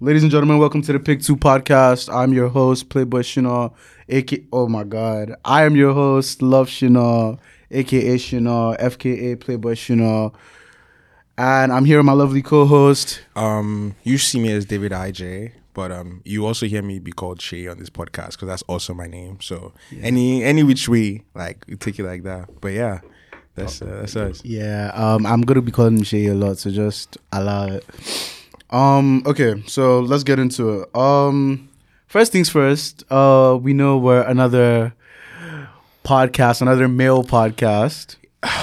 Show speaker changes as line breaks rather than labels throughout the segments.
Ladies and gentlemen, welcome to the Pick Two podcast. I'm your host, Playboy Shinar, aka oh my god, I am your host, Love Shinar, aka Shinar, FKA Playboy Shinar, and I'm here with my lovely co-host.
Um, you see me as David IJ, but um, you also hear me be called Shay on this podcast because that's also my name. So any any which way, like you take it like that. But yeah, that's uh, that's us.
Yeah, um, I'm gonna be calling him Shay a lot, so just allow it. Um, okay, so let's get into it. Um, first things first. Uh, we know we're another podcast, another male podcast.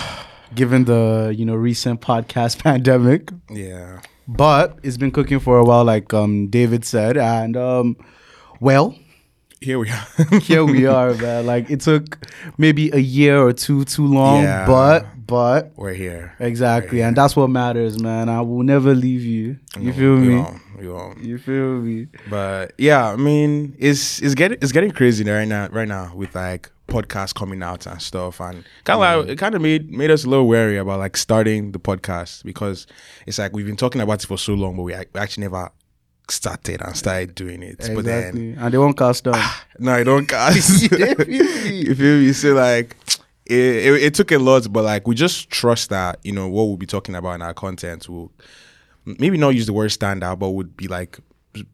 Given the you know recent podcast pandemic,
Yeah,
but it's been cooking for a while, like um David said, and um, well,
here we are.
here we are, man. Like it took maybe a year or two too long,
Yeah.
but but
We're here.
Exactly, and that's what matters, man. I will never leave you. You
No,
feel
we
me?
won't, we won't.
You feel me?
But yeah, I mean, it's it's getting it's getting crazy right now right now with like podcasts coming out and stuff and kind of like, it kind of made made us a little wary about like starting the podcast because it's like we've been talking about it for so long but we ac- we actually never started and started doing it but then
Exactly, and they won't cast down.
no it don't cast you feel me so like it, it, it took a lot but like we just trust that you know what we'll be talking about in our content will maybe not use the word stand out, but would be like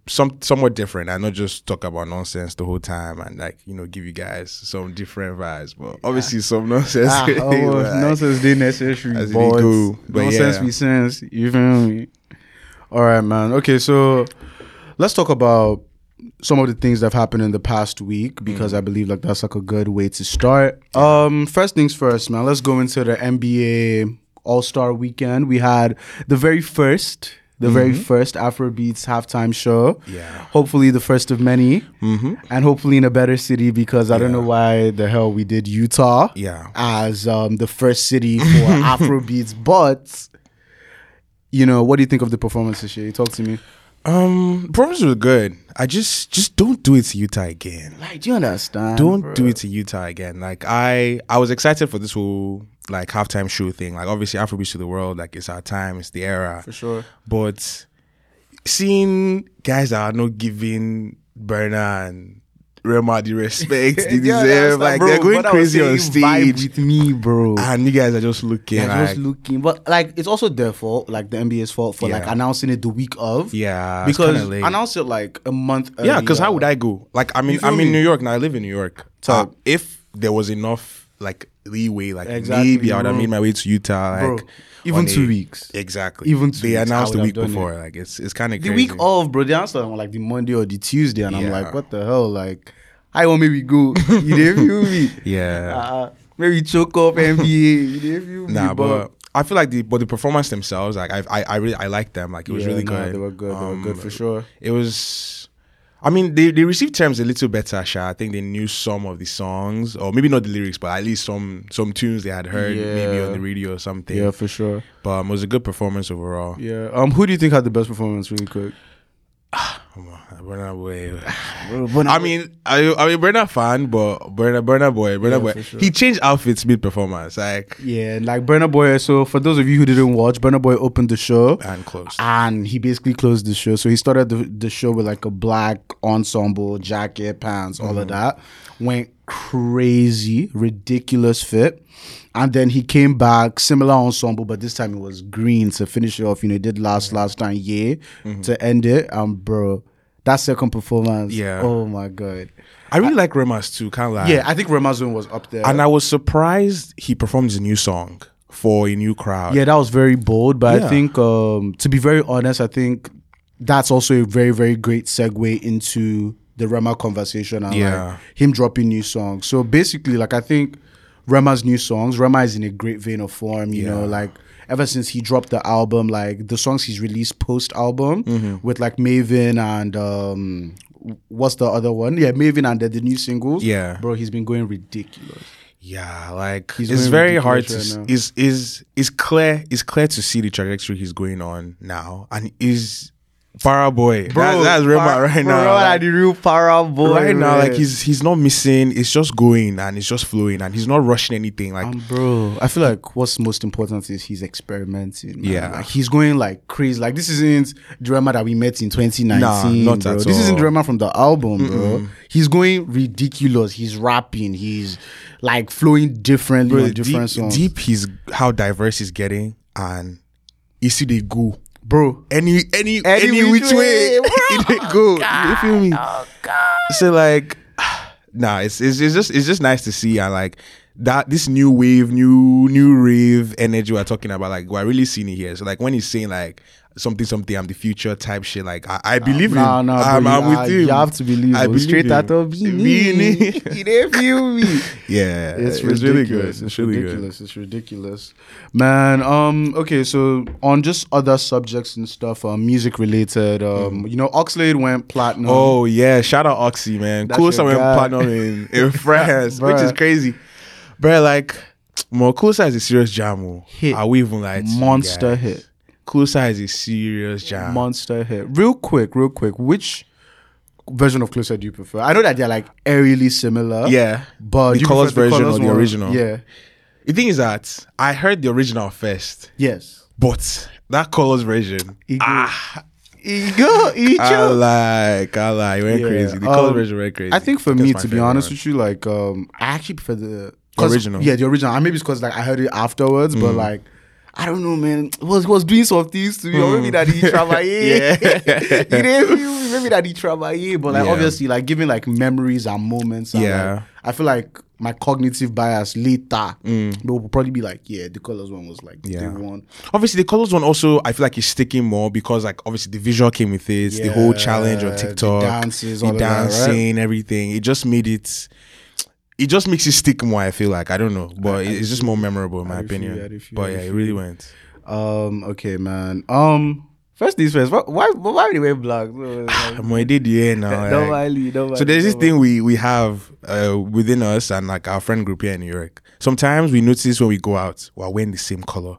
some somewhat different and not just talk about nonsense the whole time and like you know give you guys some different vibes but obviously some nonsense
ah,
But,
oh,
like,
nonsense they necessary,
as it
boys.
go, but
nonsense
yeah.
be sense. You feel me? All right, man. Okay, so let's talk about some of the things that have happened in the past week because
Mm.
I believe like that's like a good way to start. Um, first things first, man. Let's go into the NBA All Star Weekend. We had the very first, the very first Afrobeats halftime show.
Mm-hmm. Yeah. Mm-hmm.
Hopefully the first of many, and hopefully in a better city because I don't know why the hell we did Utah
yeah
as um, the first city for Afrobeats, but. You know, what do you think of the performances, Shay? Talk to me.
um problems were good i just just don't do it to utah again
Like, do you understand?
don't do it to utah again like i i was excited for this whole like halftime show thing like obviously afrobeats to the world like it's our time it's the era
For sure.
But seeing guys that are not giving Berna and Rema the respect they
Yeah, that's
deserve, like
bro,
they're going
but I was
crazy on
saying vibe
stage,
with me, bro.
and you guys are just looking
They're
like,
just looking, but like it's also their fault, like the NBA's fault for like
Yeah.
announcing it the week of.
yeah, it's
because
kinda late.
announce it like a month.
yeah, because how would
earlier.
I go? Like, I mean,
uh, feel
I'm
me? Ah.
in New York now. I live in New York. So
Top.
if there was enough like leeway, like
Exactly,
maybe I would have
bro.
made my way to Utah,
Bro,
like
even
on
two
a-
weeks.
Exactly.
Even two
they
weeks, I
announced the
would have
week
done it.
before. Like it's it's kind of
the
crazy.
week of, bro? They answered on like the Monday or the Tuesday, and I'm
Yeah.
like, what the hell? Like, I want maybe go. You did feel me?
Yeah.
Uh, maybe choke up NBA. You did feel me?
Nah, but, I feel like the but the performance themselves, like I I, I really I liked them. Like it was
Yeah,
really
nah,
good.
They were good. they were
Um,
good for sure.
It was. I mean, they, they received terms a little better, Sha. I think they knew some of the songs, or maybe not the lyrics, but at least some some tunes they had heard maybe
Yeah.
on the radio or something.
Yeah, for sure.
But um, it was a good performance overall.
Yeah. Um, who do you think had the best performance? Really quick.
Come on, Burna Boy. I mean, I I mean Burna fan, but Burna Burna Boy, Burna
Yeah, for
Boy.
sure.
He changed outfits mid performance, like
Yeah, like Burner Boy. So for those of you who didn't watch, Burner Boy opened the show
and close.
and he basically closed the show. So he started the, the show with like a black ensemble, jacket, pants, all of that. Went crazy, ridiculous fit. And then he came back, similar ensemble, but this time it was green to finish it off. You know, he did last last time, yeah, Mm-hmm. to end it. Um, bro, that second performance.
Yeah.
Oh my god.
I really like Remas too, can't lie.
Yeah, I think Ramazan was up there.
And I was surprised he performed his new song for a new crowd.
Yeah, that was very bold, but I
Yeah.
think um, to be very honest, I think that's also a very very great segue into the Rema conversation and
Yeah.
like him dropping new songs. So basically, like I think Rema's new songs, Rema is in a great vein of form. You know, like ever since he dropped the album, like the songs he's released post album
Mm-hmm.
with like Maven and. Um, What's the other one? Yeah, Maven and the, the new singles.
Yeah.
bro, he's been going ridiculous.
Yeah, like
He's
it's
going
very hard to
ridiculous
s
right now.
is is is clear is clear to see the trajectory he's going on now and is Para boy, That- that's Rema
Par-
right
Bro,
now.
like,
Like,
the real para boy.
right now, like
man.
he's he's not missing. It's just going and it's just flowing and he's not rushing anything. Like
Um, bro, I feel like what's most important is he's experimenting. man.
Yeah.
like he's going like crazy. Like this isn't drama that we met in 2019.
Nah, not
bro.
at
This isn't
all.
drama from the album, bro. He's going ridiculous. He's rapping. He's like flowing differently
bro,
on different
deep,
songs,
deep, he's how diverse he's getting and you see they go
bro.
any any any,
which
which
way, Oh,
way, they go. You feel me? So like, nah, it's, it's it's just it's just nice to see and like that this new wave, new new rave energy we're talking about. Like we're really seeing it here. So like when he's saying like something something, I'm the future type shit. Like I, I believe him.
Nah, nah, bro,
I'm,
you-
I'm
ah,
with him.
You have to believe.
I
bro.
believe
Straight
him.
out of Beanie.
Beanie.
You didn't feel me.
yeah,
it's,
really
ridiculous.
good.
It's
really good.
ridiculous. It's ridiculous, man. Um, okay, so on just other subjects and stuff, um, music related. Um, you know, Oxlade went platinum.
Mm. Oh yeah, shout out Oxy man.
That's
cool
your
someone
guy.
partner in, in France,
Bruh.
which is crazy. Bruh, like more Kosa is a serious jam. oh.
Hit.
Are we even like
monster hit,
Kosa is a serious jam.
monster hit. Real quick, real quick. Which version of Closer do you prefer? I know that they're like eerily similar.
yeah.
but
The
you
colours
prefer
version
colours
or the
one?
original?
Yeah.
The thing is that I heard the original first,
Yes.
but that colors version.
Ah. Ego,
I like, I like, went
Yeah.
crazy. The
Um,
colors version went crazy.
I think for
That's
me,
my
to be
favorite
honest
one.
with you, like um, I actually prefer the 'cause-
Original.
Yeah, the original. Mm. And maybe it's because like I heard it afterwards, but like I don't know, man. It was it was doing some things to me, or maybe that he travaillé.
Yeah.
you didn't feel me? Maybe that he travaillé, but like
Yeah.
obviously, like giving like memories and moments. and,
Yeah.
like, I feel like my cognitive bias later will probably be like, yeah, the colors one was like
Yeah.
the one.
Obviously, the colors one also, I feel like is sticking more because, like, obviously, the visual came with it. the whole challenge
Yeah,
on
the
TikTok,
dances,
the
all of that, right?
dancing, everything. It just made it. It just makes it stick more. I feel like I don't know, but it- it's just more memorable in my
I feel you,
opinion.
I feel
but
you, I
yeah, it
feel
really went.
Um, okay, man. Um,
First things first, why why, why they wear black? No, like,
I'm already there now.
don't
like-
worry, don't worry,
So there's this
don't
thing we we have uh, within us and like our friend group here in New York. Sometimes we notice when we go out, we're wearing the same color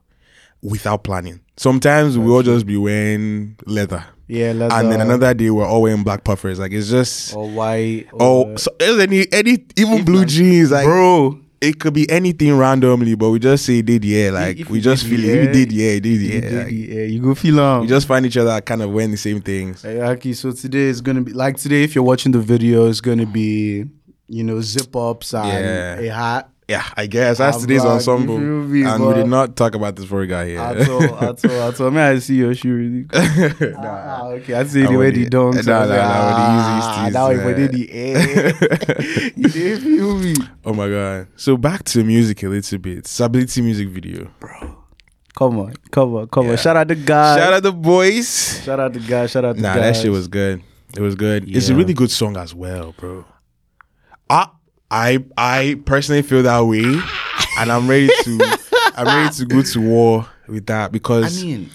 without planning. Sometimes we'll just be wearing leather.
yeah, let's.
And then
uh,
another day we're all wearing black puffers. Like it's just
worry. Or white.
oh, so there's any any even blue jeans like
bro.
it could be anything randomly, but we just say it did yeah like
if
we
it
just
did
feel
the
it. If
air,
it did yeah, it did
Yeah,
yeah. like,
you go feel um.
we just find each other kind of wearing the same things.
Exactly. So today is gonna be like today. If you're watching the video, it's gonna be you know zip ups and
Yeah.
a hat.
Yeah, I guess that's
I'm
today's
glad you
ensemble,
feel me,
and we
but-
did not talk about this before we got here.
At all, at all, at all. May I see your shoe really quick?
Nah.
Ah, okay, I see
I
the way
want
the
it.
donks.
Nah,
I was
nah,
like,
nah, with
ah,
the easiest is,
That way,
uh,
but they the air. You didn't feel me,
Oh my god! So back to music a little bit. Stability music video.
Come on, come on, come
Yeah.
on. Shout out to God.
Shout out the boys.
Shout out to God. Shout out to
Nah,
God.
that shit was good. It was good. It's a
Yeah.
really good song as well, bro. I I I personally feel that way, and I'm ready to I'm ready to go to war with that
I
because
mean,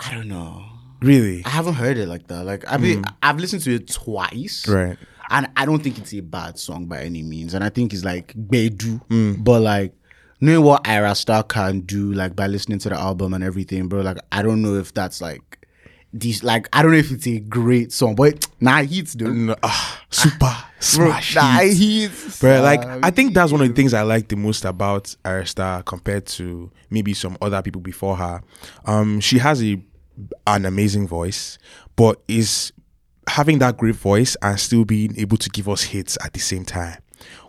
I don't know.
really,
I haven't heard it like that. Like I mean, I've listened to it twice.
Hmm. right?
and I don't think it's a bad song by any means. And I think it's like Bedu,
Hmm.
but like knowing what Ira Star can do, like by listening to the album and everything, bro. Like I don't know if that's like these, like I don't know if it's a great song, but nah, it hits dude.
No, ah, super smash.
nah,
hit.
it hits,
Bro, like
Uh,
I think that's one of the things I like the most about Arista compared to maybe some other people before her. Um, she has a an amazing voice, but is having that great voice and still being able to give us hits at the same time.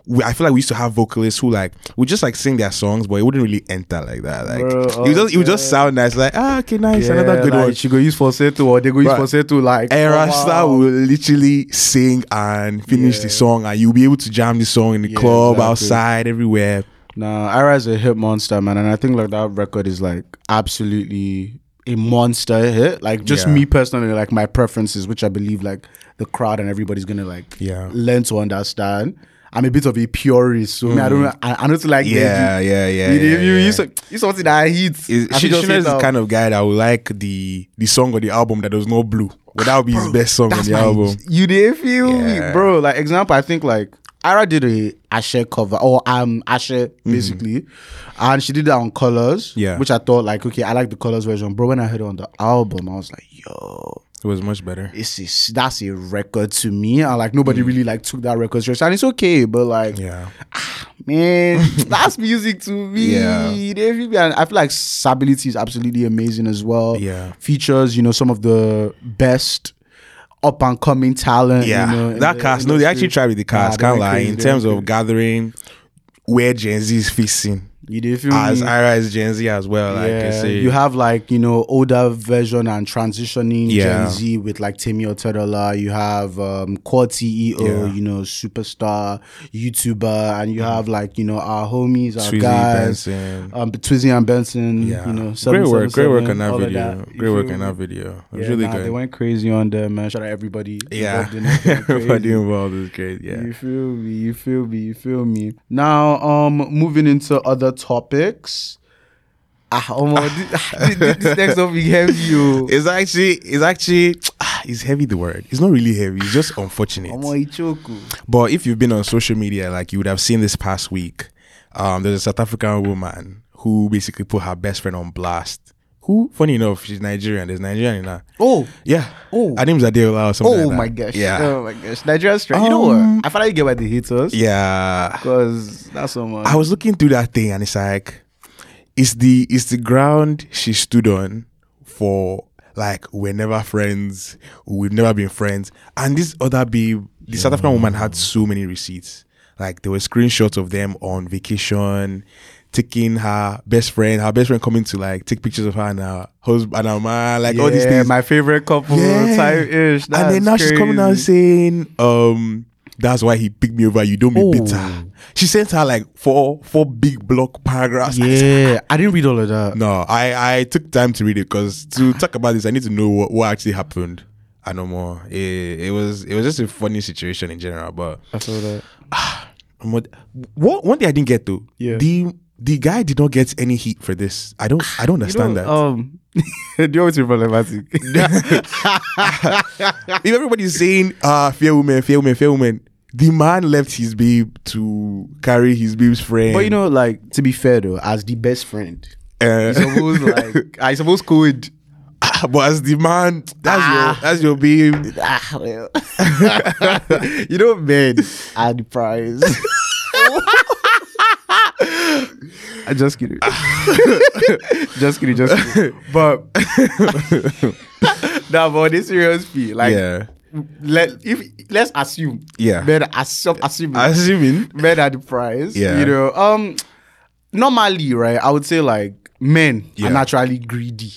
We, I feel like we used to have vocalists who like would just like sing their songs, but it wouldn't really enter like that. Like
Bro,
it would just it would just sound nice, like ah okay nice, another good
like,
one.
She go use falsetto or they go use
Bruh.
falsetto like
Era
wow.
Star will literally sing and finish the song, and you'll be able to jam the song in the club,
exactly.
outside, everywhere.
Nah, Ira's a hit monster, man, and I think like that record is like absolutely a monster hit. Like just
Yeah.
me personally, like my preferences, which I believe like the crowd and everybody's gonna like
Yeah.
learn to understand. I'm a bit of a purist, so me, I don't I, I don't like
Mm. Yeah,
the,
yeah, yeah.
the,
yeah,
you,
yeah.
you, so- you something that hits.
Is-
I
Sh-
should just
Shina is
hit
the
up.
kind of guy that would like the the song or the album that was no blue. But that would be his best song on
Ah, That's
the
my-
album.
You didn't feel me,
Yeah.
bro. Like example, I think like Ira did a Asher cover or um Asher basically, and she did that on Colors,
Mm-hmm. Yeah.
which I thought like okay, I like the Colors version, bro. When I heard it on the album, I was like, yo,
It was much better.
This is that's a record to me, and like
Mm.
nobody really like took that record serious, and it's okay. But like,
Yeah.
man, that's music to me.
Yeah.
They really- and I feel like stability is absolutely amazing as well.
Yeah.
features you know some of the best up and coming talent.
Yeah,
you know, in
that
the
cast. No, they
industry.
actually tried with the cast.
Nah, they went
can't lie.
crazy,
in
they
terms
went
of gathering where Gen Z is facing
You did feel
as
me?
Ira is Gen Z as well. Like
Mm. yeah,
I say,
you have like you know older version and transitioning
Yeah.
Gen Z with like Timmy Otedola. You have um, Core CEO,
Yeah.
you know superstar YouTuber, and you have like you know our homies, our
Swizzy
guys,
Benson.
um, Twizzy and Benson.
yeah,
you know,
great work, great work
777,
on that
all of
video.
that. You
great work
feel
on
me?
that video. It was
Yeah,
really
nah, They
good.
went crazy on them, man. Shout out everybody.
Yeah,
involved in it. They went crazy.
everybody involved is great. Yeah,
You feel me? You feel me? You feel me? Now, um, moving into other topics. Ah, Omo, thi- thi- thi- this next topic heavy, yo.
it's actually, it's actually, ah, it's heavy. The word. It's not really heavy. It's just unfortunate.
Omo Ichoku.
But if you've been on social media, like you would have seen this past week, um, there's a South African woman who basically put her best friend on blast. Who, funny enough, she's Nigerian. There's Nigerian in her.
Oh,
Yeah.
Oh.
Her name's Adeola or something.
oh
like
my
that.
gosh.
Yeah.
Oh my gosh. Nigerian strength. you know
Um,
what? I finally get why they hate us.
Yeah.
Because that's so much.
I was looking through that thing and it's like, it's the it's the ground she stood on for like we're never friends, we've never been friends. And this other babe, the South African woman had so many receipts. Like there were screenshots of them on vacation, taking her best friend, her best friend coming to like take pictures of her and her husband and her man, like all these
Yeah,
things.
My favorite couple
Yeah.
type ish.
and then now she's coming out saying, um, that's why he picked me over. You don't be
Oh.
bitter. She sent her like four four big block paragraphs. I said,
Yeah, I didn't read all of that.
No, I, I took time to read it because to talk about this, I need to know what, what actually happened. I know more. It, it was it was just a funny situation in general. But
I saw that.
um, what what- one thing I didn't get though,
Yeah.
the the guy did not get any heat for this. I don't I don't understand that.
Um, do you always feel problematic?
if everybody's saying uh fair woman, fair woman, fair woman, the man left his babe to carry his babe's friend.
But you know, like to be fair though, as the best friend,
uh,
I suppose like I suppose could.
ah, but as the man, that's your that's your babe.
Ah, well. you know, men are the prize. I just kidding. just kidding. Just kidding. But nah, but on a serious fee, like
yeah,
let if let's assume,
Yeah.
men assume assuming
assuming.
men are the prize.
Yeah.
You know, um, normally, right? I would say like men
Yeah.
are naturally greedy.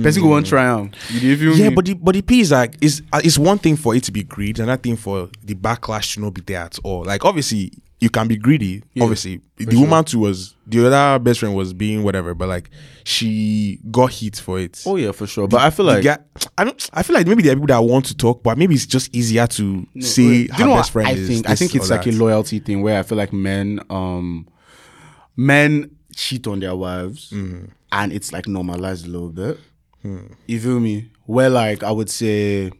Person who want triumph. You dey feel
Yeah,
me?
but the but the P is like is uh, it's one thing for it to be greed, another thing for the backlash to not be there at all. Like obviously you can be greedy. obviously the woman too was the other best friend was being whatever, but like she got heat for it.
oh yeah, for sure. But I feel like
yeah, I don't. I feel like maybe there are people that want to talk, but maybe it's just easier to see
Do you
her
know
best
what
friend
I
is.
think? I
this
think
or
it's like
that.
a loyalty thing where I feel like men, um, men cheat on their wives,
Mm.
and it's like normalized a little bit.
Hmm.
You feel me? Where like I would say,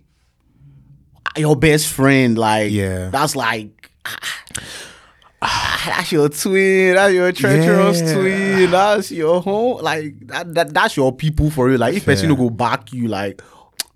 your best friend, like
Yeah.
that's like. That's your twin. That's your treacherous
Yeah.
twin. That's your home. Like that, that. That's your people for real. Like if person
Yeah.
who go back you, like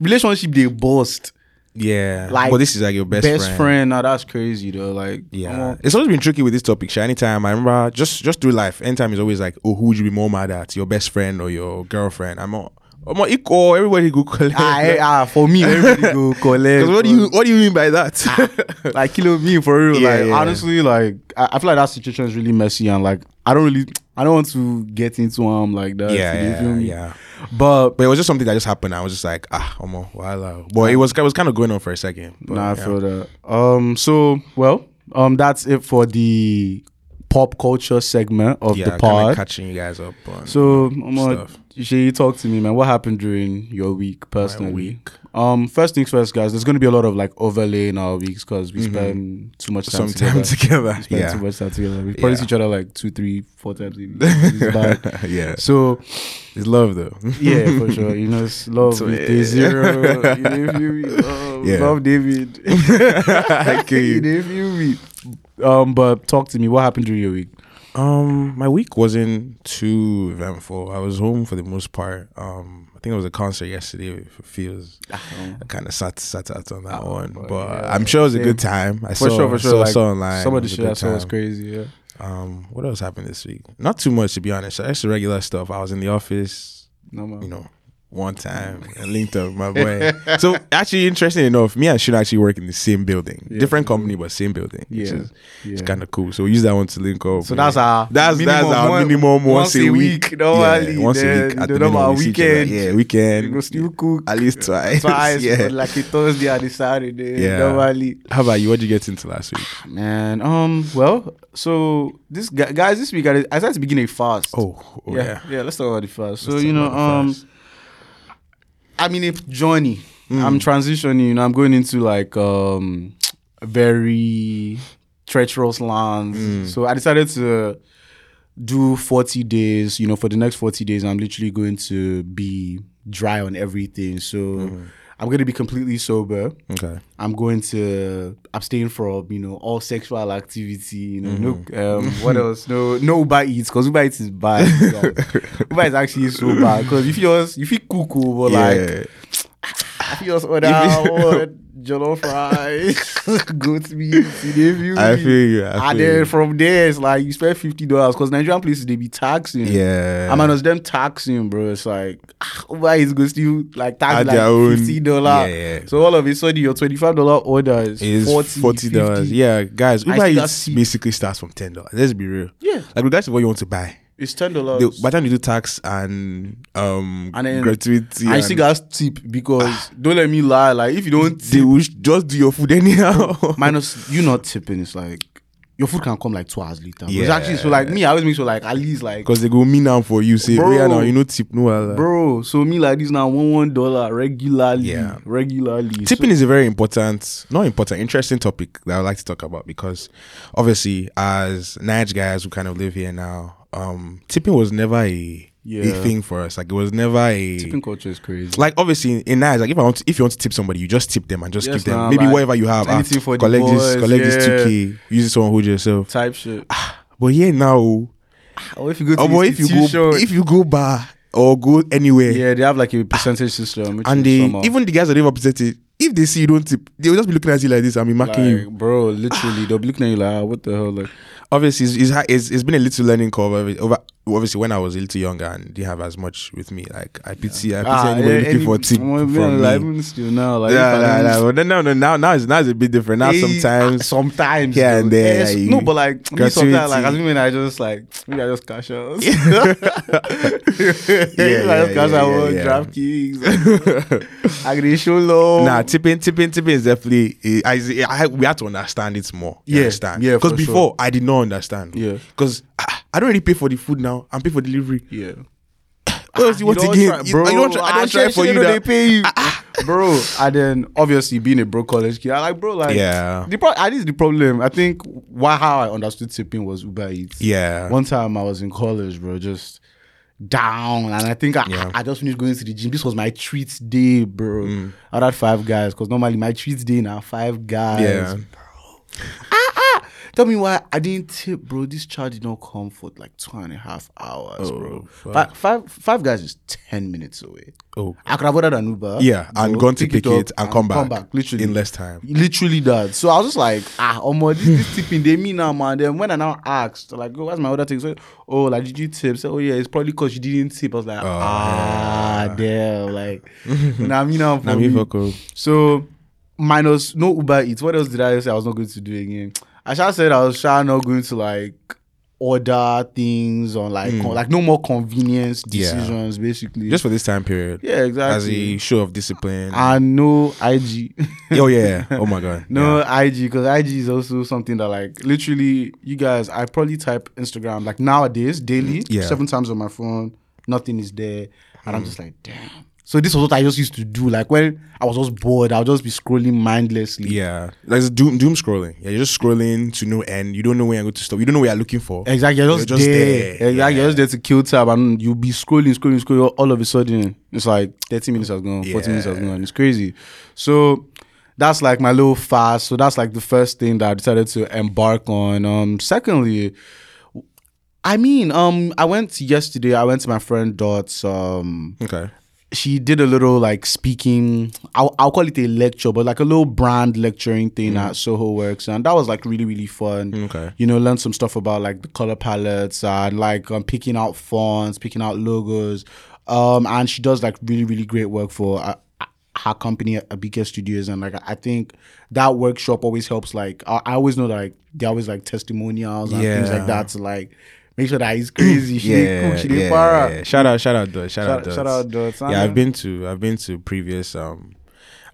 relationship they bust
yeah.
like,
but this is like your best,
best
friend.
friend. Now that's crazy though. Like
Yeah,
come on.
it's always been tricky with this topic. Sha. Anytime I remember, just just through life, anytime is always like, oh, who would you be more mad at, your best friend or your girlfriend? I'm all, I'm all equal. Everybody go collect.
I,
Because
ah, for me, everybody go collect.
what do you what do you mean by that?
Ah. like? Kilo me for real.
Yeah,
like
yeah.
honestly, like I, I feel like that situation is really messy and like I don't really, I don't want to get into um like that.
yeah,
you feel
yeah,
me?
yeah.
But
But it was just something that just happened. I was just like, ah, I'm all, wow. But it was it was kind of going on for a second. But,
Ah. nah, I
yeah.
feel that. Um, so well, um, that's it for the pop culture segment of
yeah,
the
kind of
pod.
catching you guys up on.
So, Omar,
stuff.
Shay, talk to me, man. What happened during your week personally?
week?
Um, first things first, guys. There's going to be a lot of like overlay in our weeks because we spend too much time
Mm-hmm. some time
together.
together.
Spend too much time together. We probably see
Yeah.
each other like two, three, four times. a week. It's bad.
yeah.
So
It's love though.
yeah, for sure. You know, it's love
So,
with
yeah.
day zero. You know, if you uh,
eh, Yeah.
love David.
I
You know, if you um, but talk to me. What happened during your week?
Um, my week wasn't too eventful. I was home for the most part. Um, I think it was a concert yesterday. If it feels,
Ah,
I
oh.
kind of sat sat out on that one, but I'm sure it was a good time. I
For
saw,
sure, for sure.
saw,
like,
saw online.
Some
It
of the
was a
shit
good
I saw was
time.
crazy. Yeah.
Um, what else happened this week? Not too much, to be honest. That's the regular stuff. I was in the office,
No man.
you know, one time and linked up with my boy. so actually, interesting enough, me and should actually work in the same building, different company, but same building. Yeah,
Yeah.
it's
Yeah.
kind of cool. So we use that one to link up.
So that's our
that's that's
minimum
our
one-
minimum once, a week.
Don't
Yeah,
worry,
once
then
a week. At
you
the
know
minimum,
about
we see each other.
weekend.
Yeah, weekend.
You go still cook
At least twice.
twice,
yeah.
but like a Thursday and a Saturday.
Yeah.
Normally.
How about you? What did you get into last week?
Man. Um. Well. So this guy, guys, this week I, I started to begin a fast.
Oh, oh,
yeah.
yeah.
Yeah. Let's talk about the fast. So
Let's
you
talk
know,
about the
um,
fast.
I'm in a journey. I'm transitioning. You know, I'm going into like um very treacherous lands. So I decided to do 40 days. You know, for the next 40 days, I'm literally going to be dry on everything. So I'm going to be completely sober.
Okay.
I'm going to abstain from you know all sexual activity. You know,
Mm-hmm.
no um, what else? No, no Uber Eats because Uber Eats is bad. guys. Uber is actually so bad because if you just if you cook, oh, but like
yeah.
if you just order what, jollof fries, goat meat, you dey feel
I
me?
feel you. I
and
feel
then
you.
from there it's like you spend fifty dollars because Nigerian places they be taxing.
Yeah.
I mean, it's them taxing, bro. It's like ah, Uber is going to like tax
At
like
their own-
fifty dollar.
Yeah, yeah.
So all of a sudden, your twenty five dollar order is,
It is
40
forty dollars.
Yeah.
Yeah, guys,
I
Uber
still
Eats
see-
basically starts from ten dollars. Let's be real.
Yeah.
Like regardless of what you want to buy,
it's ten
the,
dollars.
by the time you do tax and um
And then-
gratuity,
I
and
still got tip
Ah.
because don't let me lie. Like if you don't
they
tip,
will just do your food anyhow.
minus you not tipping, it's like your food can come like two hours later. Yeah. It's
Yeah.
actually so like me. I always make sure like at least like
Because they go mean now for you. Say,
Bro.
oh yeah, now you know tip no. uh, wahala."
bro. So me like this now one one dollar regularly.
Yeah.
regularly. So-
Tipping is a very important, not important, interesting topic that I would like to talk about because obviously, as Nige guys who kind of live here now, um, tipping was never a, a
Yeah.
thing for us. Like it was never a
tipping culture is crazy.
like obviously in Nige, like if I want to, if you want to tip somebody, you just tip them and just
Yes,
give them
nah,
maybe
like,
whatever you have. ah,
anything for the
collect this,
boys,
collect this
yeah.
two k. Use it to hold yourself.
Type shit.
But yeah, now,
Or if you go to
ah, oh, but if you go
institution-
if you go bar or go anywhere,
Yeah, they have like a percentage system. Which
and
is
they
somehow-
even the guys that they've upsetted, if they see you don't tip, they'll just be looking at you like this and be
like,
marking you.
bro, literally, they'll be looking at you like, ah, what the hell? Like,
Obviously, it's, it's, ha- it's, it's been a little learning curve. Over, over- obviously, when I was a little younger and didn't have as much with me, like I pity, I pity
ah,
anybody looking for tip
I'm
from
even like,
me.
even still now, like,
Yeah,
if I
nah,
don't-
nah, but then- no, no, now, now, it's, now it's a bit different. Now
Eh,
sometimes
sometimes,
here and
though.
there,
Yes,
like,
no, but like, me sometimes, like, as
gratuity.
women, I just like, maybe I just cash out. yeah, I just
yeah,
cash
yeah,
out
yeah,
on
yeah.
DraftKings. I can show low.
Nah, tipping, tipping, tipping is definitely. eh, I, I, I- we had to understand it more. You
Yeah,
understand?
yeah,
Because
for sure.
before I did not understand.
Yeah.
Because I, I don't really pay for the food now. I'm paying for delivery.
yeah.
What else you want
don't
again?
try-
You-
bro,
I don't try, I don't try
actually,
for you.
know They
That.
pay you, bro. And then obviously being a broke college kid, I like bro, like
Yeah.
The pro- and this is the problem. I think why how I understood tipping was Uber Eats.
Yeah.
One time I was in college, bro, just down, and I think I,
Yeah.
I just finished going to the gym. This was my treat day, bro.
Mm.
I had five guys because normally my treat day now five guys.
Yeah.
Tell me why I didn't tip, bro. This charge did not come for like two and a half hours, bro. Five, five, five guys is ten minutes away.
Oh.
I could have ordered an Uber.
Yeah, and
go
gone to pick
up
it and come back
literally
in less time.
Literally that. So I was just like, ah, oh my, this, this tipping they mean now, man. Then when I now asked, like, oh, what's my other thing? So, oh, like, did you tip? So, oh yeah, it's probably because you didn't tip. I was like,
Oh,
ah, damn, like, nah, me now for
Nah, me
me.
fuck up.
So minus no Uber Eats. What else did I say I was not going to do again? I shall said I was sure not going to like order things on like con- like no more convenience
Hmm. Yeah.
decisions basically.
Just for this time period.
yeah,
As
exactly.
a show of discipline.
And no IG.
oh yeah. Oh my god.
no
Yeah.
IG because IG is also something that like literally you guys I probably type Instagram like nowadays daily
Mm, Yeah. Mm.
seven times on my phone nothing is there and I'm just like damn so this was what I just used to do like when I was just bored I'll just be scrolling mindlessly
Yeah. Like it's doom doom scrolling. Yeah, you're just scrolling to no end. You don't know where you're going to stop. You don't know where you're looking for.
Exactly, you're just,
You're just
there.
there,
Exactly, you're just there to kill tab, and you'll be scrolling, scrolling, scrolling. All of a sudden, it's like 30 minutes has gone, 40 minutes has
Yeah.
gone. It's crazy. So that's like my little fast. So that's like the first thing that I decided to embark on. Um, secondly, I mean, um, I went yesterday. I went to my friend Dot's. Um,
Okay.
she did a little like speaking. I'll, I'll call it a lecture, but like a little brand lecturing thing at Soho Works, and that was like really really fun.
Mm. Okay.
you know, learn some stuff about like the color palettes and like um, picking out fonts, picking out logos. Um, and she does like really really great work for. Uh, her company at Abika Studios and like I think that workshop always helps like I, I always know that like they always like testimonials and things
Yeah.
like that to like make sure that it's crazy. She did cook, she did
yeah,
para.
yeah. Shout out, shout out, Dot. Shout, out,
Shout,
Dot.
shout out Dots.
Yeah, I've been to I've been to previous um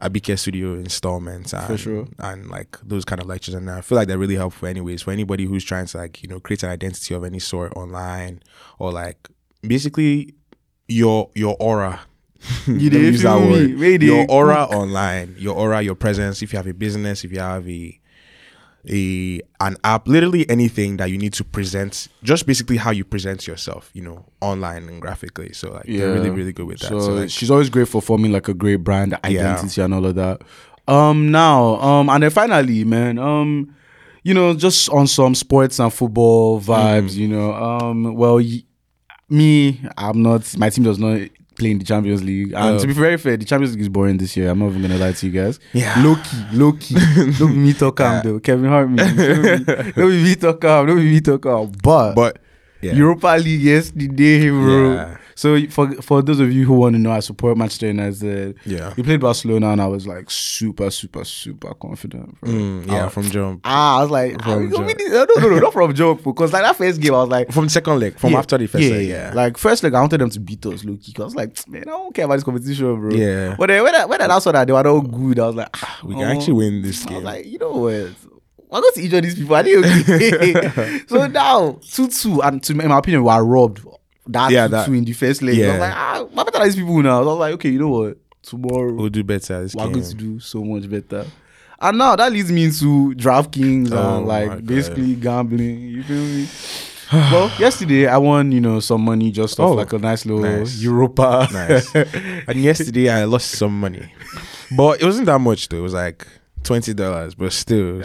Abike Studio installments and,
sure.
and like those kind of lectures and I feel like they're really helpful anyways for anybody who's trying to like, you know, create an identity of any sort online or like basically your your aura. You
dey feel me? Wey dey
Your aura online, your aura, your presence, if you have a business, if you have a a an app, literally anything that you need to present, just basically how you present yourself, you know, online and graphically. So like they're really,
Yeah.
really good with that.
So,
like,
she's always great for forming like a great brand identity and all of that. Um, now, um, and then finally, man, um, you know, just on some sports and football vibes,
Mm-hmm.
you know, um, well, y- me, I'm not. My team does not play in the Champions League. And
Oh.
to be very fair, the Champions League is boring this year. I'm not even gonna lie to you guys.
Yeah.
low key, low key. don't be me talk calm though. Kevin Hart me. Don't be- don't be me talk calm. Don't be me talk calm. But
but yeah.
Europa League yesterday, bro.
Yeah.
So for for those of you who want to know, I support Manchester United.
Yeah.
we played Barcelona, and I was like super, super, super confident. Bro.
Mm, yeah, from jump.
Ah, I was like, are we
From
gonna win
Joe.
this? No, no, no, not from Joe, because like that first game, I was like.
From second leg, from
yeah,
after the first
yeah,
leg.
yeah.
Yeah.
Like first leg, I wanted them to beat us, Loki. Cause I was like, man, I don't care about this competition, bro.
Yeah.
But then when I, when I saw that they were all good, I was like, ah,
we can
oh.
actually win this
I
game.
was like, you know what? Why go to each of these people? Are they okay? so now two two, and to, in my opinion, we are robbed. That
Yeah,
two
that-
two in the first leg. I
yeah.
was like, ah, why better than these people now? So I was like, okay, you know what? Tomorrow
we'll do better this
we're
game.
going to do so much better. And now that leads me into DraftKings
Oh
and
my God.
like basically gambling. You feel me? well, yesterday I won, you know, some money just off
Oh,
like a nice little
nice.
Europa.
Nice. and yesterday I lost some money. But it wasn't that much though. It was like twenty dollars, but still,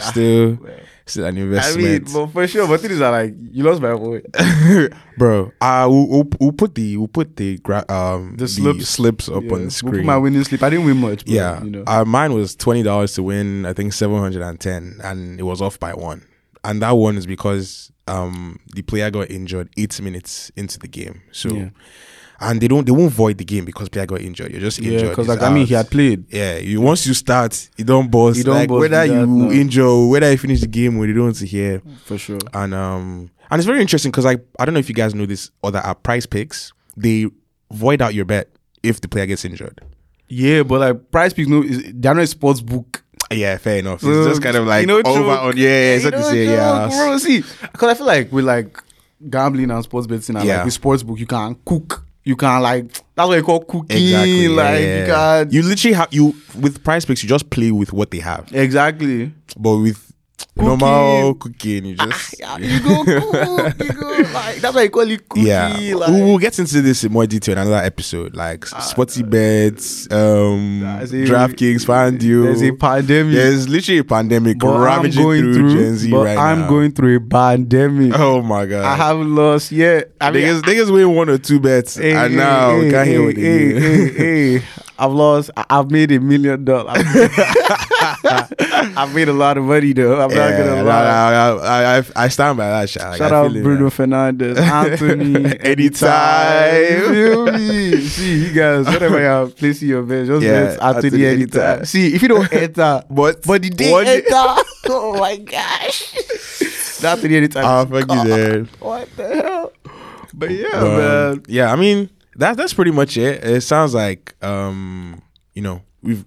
still still an
I mean,
investment.
but for sure, but things are like you lost by one.
Bro, uh we'll, we'll, we'll put the we'll put the gra- um
The slips.
slips up
Yeah.
on the
We'll
screen.
put my winning slip. I didn't win much. But,
yeah.
you know.
Uh, mine was twenty dollars to win, I think seven hundred and ten, and it was off by one. And that one is because um the player got injured eight minutes into the game. So
Yeah.
and they don't they won't void the game because player got injured. You're just injured.
yeah, because
He's
like I mean, he
out.
had played.
Yeah, you once you start, you don't bust.
You don't
like,
bust
whether
with
you
that, no.
injure, or whether you finish the game, or you don't hear.
For sure.
And um, and it's very interesting because I I don't know if you guys know this other app, Price Picks. They void out your bet if the player gets injured.
Yeah, but like Price Picks, no, is- they're not a sports book.
Yeah, fair enough.
So,
It's just kind of like
you know,
over
joke.
on yeah, yeah, it's
You
not to
know,
say
joke,
yeah.
bro, see, because I feel like with like gambling and sports betting and
Yeah.
like with sports book, you can cook. You can like that's what you call cooking.
Exactly.
Like
yeah.
you can
You literally have you with Price Picks. You just play with what they have,
exactly.
but with normal cooking, Ah, you just
Yeah, you go cook. you go like that's why you call it cookie.
yeah,
Like,
we will get into this in more detail in another episode, like sporty bets, um,
There's a-
DraftKings, FanDuel.
There's a pandemic.
There's literally a pandemic
Hmm. but I'm
ravaging
going
through,
through.
Gen Z
but
right
I'm
now.
going through a pandemic.
Oh my god!
I haven't lost yet. I mean,
niggas, niggas win one or two bets,
Hey,
and
hey,
now we
hey,
can't hear
hey,
what they
hey,
do.
hey, hey. I've lost. I- I've made a million dollars. I've made a lot of money though. I'm not
Yeah,
gonna lie.
nah, nah, I, I, I stand by that. Shaq.
Shout
I
out
feel it,
Bruno
man.
Fernandez, Anthony,
Anytime.
You feel me? See, you guys, whatever you're placing your bets, just
Yeah,
bet Anthony,
Anthony
anytime.
anytime.
See, if you don't enter,
But
but the day
one day-
enter, oh my gosh, Anthony anytime.
Ah, fuck you, dude.
what the hell? But yeah,
Um,
Oh, man.
yeah, I mean that that's pretty much it. It sounds like um, you know we've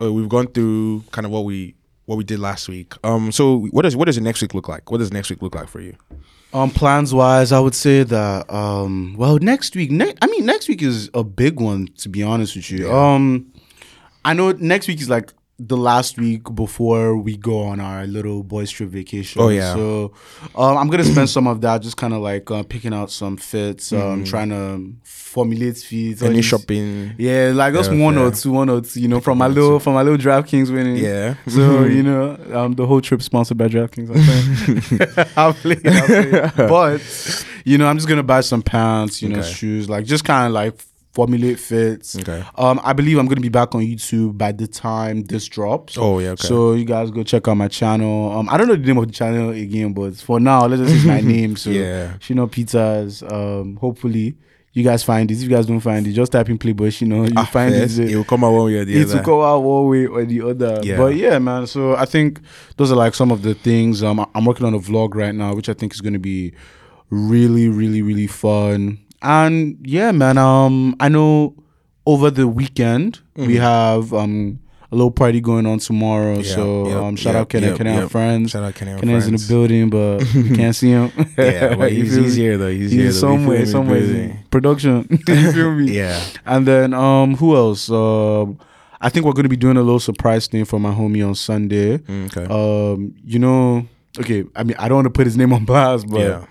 uh, we've gone through kind of what we what we did last week. Um, so what does what does the next week look like? What does next week look like for you?
Um, plans wise, I would say that um, well, next week, ne- I mean, next week is a big one to be honest with you. Um, I know next week is like the last week before we go on our little boys trip vacation.
Oh, yeah.
So um, I'm gonna spend some of that just kind of like uh, picking out some fits, um, trying to formulate fits. all
Mm-hmm. Any
these-
shopping?
Yeah, like just
Yeah,
one or
yeah.
two, one or two. You know, from my little from my little DraftKings winning.
Yeah.
So you know, um, the whole trip sponsored by DraftKings. I think. I'll play, I'll play. But you know, I'm just gonna buy some pants, you know,
Okay.
shoes, like just kind of like formulate fits.
Okay.
Um, I believe I'm gonna be back on YouTube by the time this drops.
Oh, yeah, okay.
So you guys go check out my channel. Um, I don't know the name of the channel again, but for now, let's just use my name. So
Yeah.
Shino Peters. Um, hopefully. You guys find this. If you guys don't find it, just type in Playboy. You know, you
Ah,
find
yes,
it
it will come out one way or the
it
other.
will go out one way or the other.
Yeah.
But yeah, man. So I think those are like some of the things. Um, I- I'm working on a vlog right now, which I think is going to be really, really, really fun. And yeah, man. Um, I know over the weekend we have um a little party going on tomorrow.
Mm-hmm. Yeah,
so
yeah,
um, shout
yeah,
out Kenan,
yeah,
Kenan
yeah.
and friends.
Shout out Kenan and
Kenan's in the
friends.
building, but we can't see him.
Yeah, but
You
he's,
feel
he's
me?
here though. He's,
He's
here though. You
somewhere,
feel me?
somewhere.
Busy.
Production. you feel me?
Yeah.
And then um who else? Um I think we're gonna be doing a little surprise thing for my homie on Sunday.
Mm, Okay.
Um, you know, okay, I mean I don't wanna put his name on blast, but
Yeah.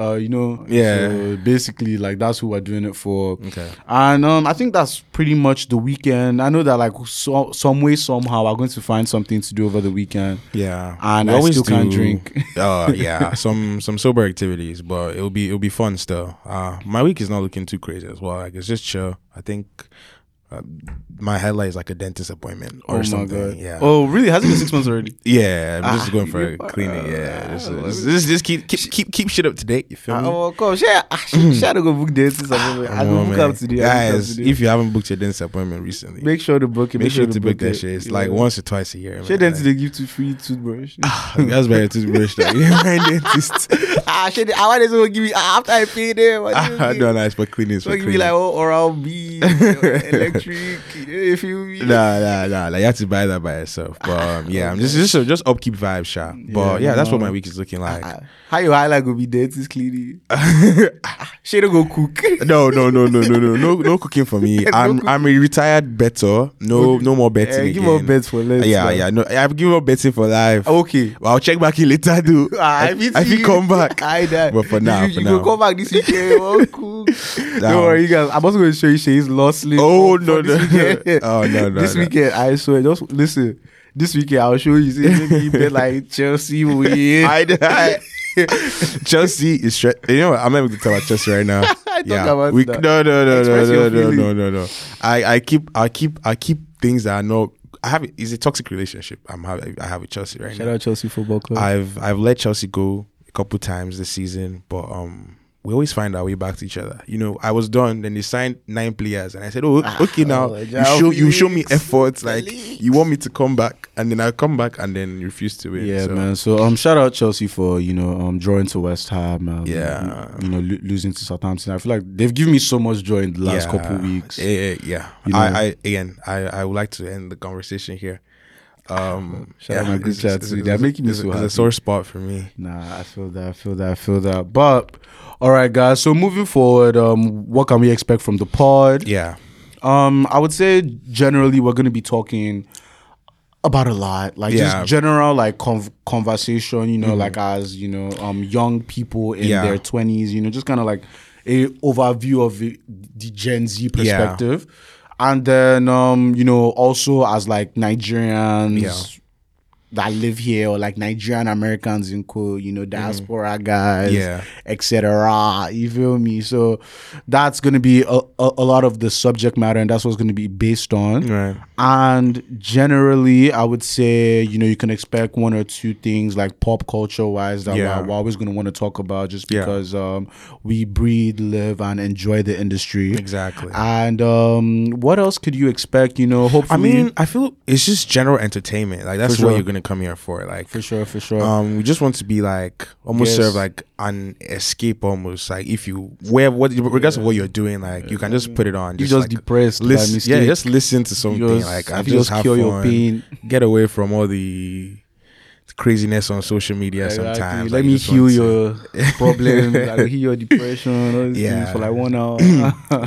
uh, you know,
Yeah.
so basically, like that's who we're doing it for.
Okay.
And um, I think that's pretty much the weekend. I know that like so, some way somehow we're going to find something to do over the weekend.
Yeah,
And
We
I still can't drink.
uh, yeah, some some sober activities, but it'll be it'll be fun still. Uh, my week is not looking too crazy as well. Like it's just chill. I think uh, my highlight is like a dentist appointment
Oh
or something. Yeah.
Oh, really? Has it been six months already?
Yeah, I'm just
Ah,
going for
you-
a cleaning. Yeah,
ah,
just,
love
just, just, just keep, keep keep keep shit up to date. You feel me?
Oh, of course. Yeah, I should, should go book dances. I
Come
go
on,
book
Ah, man.
up today. I go book up
Guys,
today.
if you haven't booked your dentist appointment recently, make,
Make sure to book it.
sure to book that
it.
shit. It's
Yeah.
like once or twice a year. man.
Shit, then
Like, Ah,
they give to free toothbrush.
That's why your toothbrush. though. You're my dentist.
Ah, shit, I want this one give me ah, after I pay them. what do you
Ah, I
give?
don't ask for cleanings
So
for
give me
cleaning.
like oh, oral B, electric. If you
nah, nah, nah. Like you have to buy that by yourself. But um, yeah, I'm just just just upkeep vibe shop. But
Yeah,
yeah, that's what
no.
my week is looking like.
Ah, how your highlight go be dentist cleaning? Shit, Ah, go cook.
No, no, no, no, no, no, no, no cooking for me. I'm
cooking.
I'm a retired better. No, no more betting.
Eh, give
again.
up bets for less.
Yeah,
man.
yeah. No, I've given up betting for life.
Okay.
But I'll check back in later, dude.
Ah,
I,
if it's
I feel
you-
come back.
I die.
But for now,
you,
for
you
now.
go come back this weekend. Oh, cook.
Nah.
Don't worry, you guys. I'm also going to show you Shay's lost list.
Oh,
for-
no,
for this
no, no.
weekend.
Oh, no, no,
This
no.
weekend, I swear. Just listen. This weekend, I'll show you. See, maybe you bet like Chelsea win.
I die. Chelsea is stre- you know what? I'm not even gonna talk about Chelsea right now.
talk about
we,
that.
No, no, no,
Express
no, no,
your
no, no,
feeling.
no, no. I, I keep, I keep, I keep things that I know. I have. It's a toxic relationship. I'm having. I have with Chelsea right
Shout
now.
out Chelsea Football Club.
I've, I've let Chelsea go a couple times this season, but um. We always find our way back to each other. You know, I was done, then they signed nine players, and I said, "Oh,
Ah,
okay, now
oh,
you
Joao
show you show me
Felix.
effort. Like
Felix.
you want me to come back, and then I come back, and then you refuse to win.
Yeah,
So,
man. So um, shout out Chelsea for you know um drawing to West Ham. Um,
Yeah.
you know lo- losing to Southampton. I feel like they've given me so much joy in the last
Yeah.
couple weeks.
Yeah, yeah. yeah.
You
I,
know.
I again, I, I would like to end the conversation here. Um,
Shout out my group
it's-
chat
it's-
too.
it's-
They're making me
it's-
so
It's a
happy.
sore spot for me.
Nah, I feel that. I feel that. I feel that. But all right, guys. So moving forward, um, what can we expect from the pod?
Yeah,
Um, I would say generally we're gonna be talking about a lot, like
Yeah. Mm-hmm.
just general like conv- conversation. You know, like as you know, um, young people in
Yeah.
their twenties. You know, just kind of like a overview of the, the Gen Z perspective, and then um, you know, also as like Nigerians.
Yeah.
That live here, or like Nigerian Americans in quote, you know, diaspora guys,
Mm-hmm. Yeah.
etc. You feel me? So that's going to be a, a, a lot of the subject matter, and that's what's going to be based on.
Right.
And generally, I would say you know you can expect one or two things like pop culture wise that
Yeah.
we're, we're always going to want to talk about, just
Yeah.
because um, we breathe, live, and enjoy the industry.
exactly.
And um, what else could you expect? You know, hopefully,
I mean, I feel it's just general entertainment. Like that's
For
what
sure.
you're gonna come here for. Like
for sure, for sure.
Um, we just want to be like almost
Yes.
serve like an escape almost. Like if you where what regardless of what you're doing, like you can just put it on.
You just
like,
depressed by
Listen, yeah,
mistake.
just listen to something
just-
like
you
and
just
just, have
cure
fun.
your pain.
Get away from all the craziness on social media.
Exactly.
Sometimes
Let
Like,
me
you just
heal
want to-
your problems. I will heal your depression. All these
Yeah.
things for like one hour.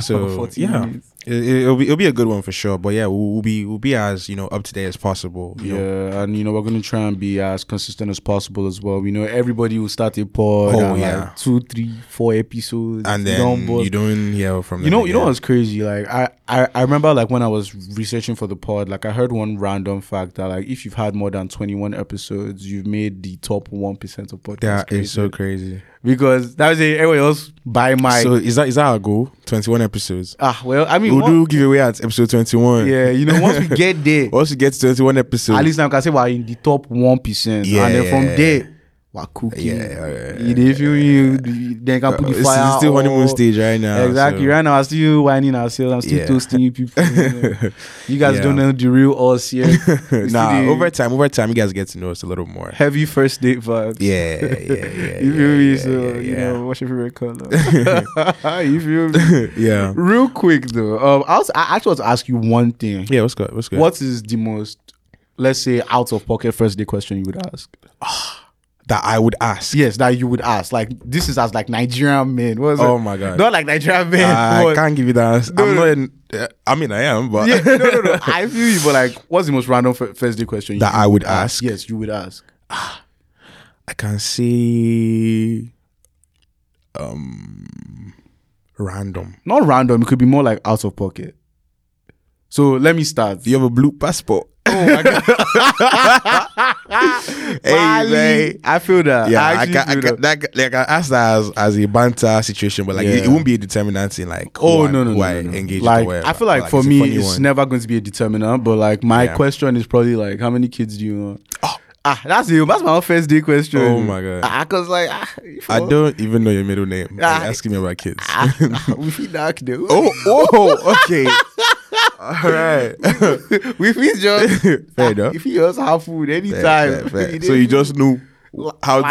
So,
40
yeah.
minutes.
It, it'll be it'll be a good one for sure. But yeah, we'll, we'll be we'll be as you know up to date as possible. You know?
Yeah, and you know we're gonna try and be as consistent as possible as well. We know everybody will start a pod.
Oh,
and, like,
yeah.
two, three, four episodes.
And
you
then
don't bust-
you don't hear from
You know,
them
you know
again.
what's crazy? Like I, I, I remember like when I was researching for the pod, like I heard one random fact that like if you've had more than twenty one episodes, you've made the top one percent of podcasts.
that
created.
is so crazy.
because that was it. Everyone else buy my
so is that is that our goal? Twenty one episodes.
ah well. I mean,
We'll
one-
do giveaway at episode twenty one.
yeah, you know, once we get there,
Once we get to twenty one episodes,
at least now we can say we're in the top one percent,
Yeah,
and then from
yeah,
there. We're cooking.
Yeah, yeah,
You dey feel you, you- then can put
uh,
the
it's,
fire
it's still honeymoon
up.
stage right now.
Exactly.
so-
Right now, I'm still whining ourselves. I'm still
Yeah.
toasting you people. you know. You guys
Yeah.
don't know the real us here. We still
nah,
the
over time, over time, you guys get to know us a little more.
heavy first date vibes.
Yeah, yeah, yeah.
you feel
yeah,
me?
yeah,
so
yeah,
you
yeah.
know, what's your favorite color? you feel me?
yeah,
real quick though, um, I, was, I actually want to ask you one thing.
yeah. What's good? What's good?
What is the most, let's say, out of pocket first date question you would ask?
that I would ask?
Yes, that you would ask. Like this is as like Nigerian men. What is
Oh
it?
my God.
Not like Nigerian men.
I
but-
can't give you that. Answer.
No,
I'm
no.
not. In, uh, I mean, I am, but
yeah, no, no, no. I feel you, but like, what's the most random f- first date question you
That I would ask?
Yes, you would ask.
I can see. Um, random.
Not random. It could be more like out of pocket. So let me start.
You have a blue passport.
Oh
hey,
Bali.
man.
I feel that.
Yeah, I,
actually
can, I
feel
can,
that.
that, like, I can ask that as, as a banter situation, but like it,
Yeah.
it won't be a determinant in like who
Oh
I-
no no
who
no,
I
no, no.
engage with
Like
or whatever.
I feel like
But,
for
it's a
me
funny
it's
one.
never going to be a determinant, but like my
Yeah.
question is probably like how many kids do you want? Ah, that's the that's my own first day question.
Oh my God.
Ah, cause like ah, if
I don't even know your middle name. You're
Ah.
asking me about kids.
ah, ah, we feel dark though.
oh, oh, okay. All right.
we feel just
Fair enough.
if you just have food
Fair,
anytime.
fair, fair. So you just knew how to.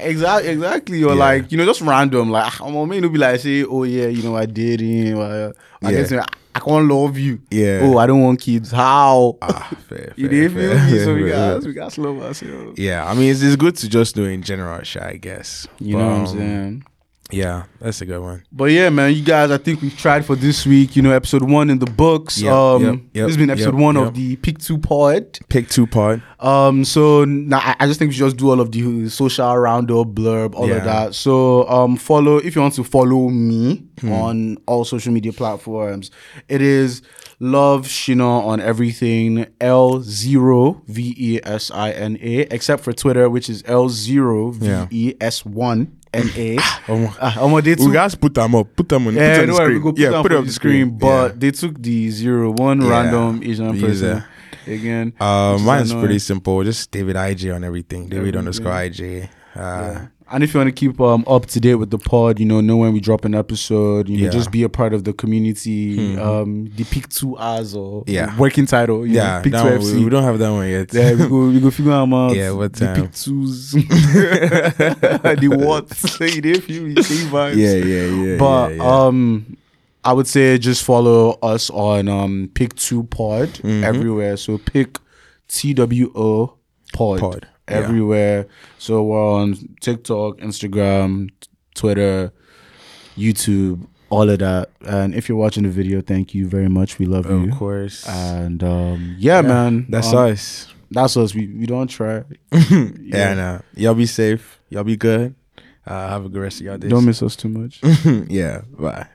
exactly ah, exactly or
Yeah.
like you know just random like ah, I'm on me be like say oh yeah you know I did him I, I,
Yeah.
guess, I, I can't love you
Yeah.
oh I don't want kids how
Ah, fair,
you
fair,
did feel me
fair,
so we
fair,
got
fair.
we got slow ourselves
Yeah, I mean it's, it's good to just know in general, sha, I guess.
you
But,
know what I'm
um,
saying
Yeah, that's a good one.
but yeah man you guys I think we've tried for this week you know episode one in the books
Yep,
um
yep, yep,
this has been episode
yep,
one
yep.
of the pick two pod
Pick two pod.
Um, so now I, I just think we should just do all of the social roundup, blurb, all
Yeah.
of that. So um, follow if you want to follow me
Hmm.
on all social media platforms. It is love Shina on everything L zero V E S I N A except for Twitter, which is L zero V E S one N A. Ah,
my-
I'm on day
Ah, We
two.
guys put them up. Put them on.
Yeah,
put it on
don't
the
worry, we
screen.
go put
yeah,
down
put it
for
on
the
the
screen. But
Yeah.
they took the zero one
Yeah.
random Asian
User.
person again.
Uh,
which is
mine's
annoying.
pretty simple. Just David IJ on everything. David underscore IJ. Uh,
And if you want to keep um, up to date with the pod, you know, know when we drop an episode, you know,
Yeah. Hmm.
just be a part of the community. Um, the pick two hours or
Yeah.
working title, you
Yeah,
know, pick two
that one, we, we
FC.
don't have that one yet.
Yeah, we go, we go figure them out.
Yeah, what
The
time?
pick twos, the what? you did feel me, same vibes.
yeah, yeah, yeah.
but
yeah, yeah.
um, I would say just follow us on um pick two pod
Mm-hmm.
everywhere. So pick T W O pod,
Pod, yeah.
everywhere. So we're on TikTok, Instagram, t- Twitter, YouTube, all of that. And if you're watching the video, thank you very much. We love
of
you.
course,
And um, yeah, man,
that's
um,
us.
That's us. We we don't try.
Yeah, nah. y'all be safe. Y'all be good. Uh, have a good rest of your day.
Don't miss us too much.
yeah, bye.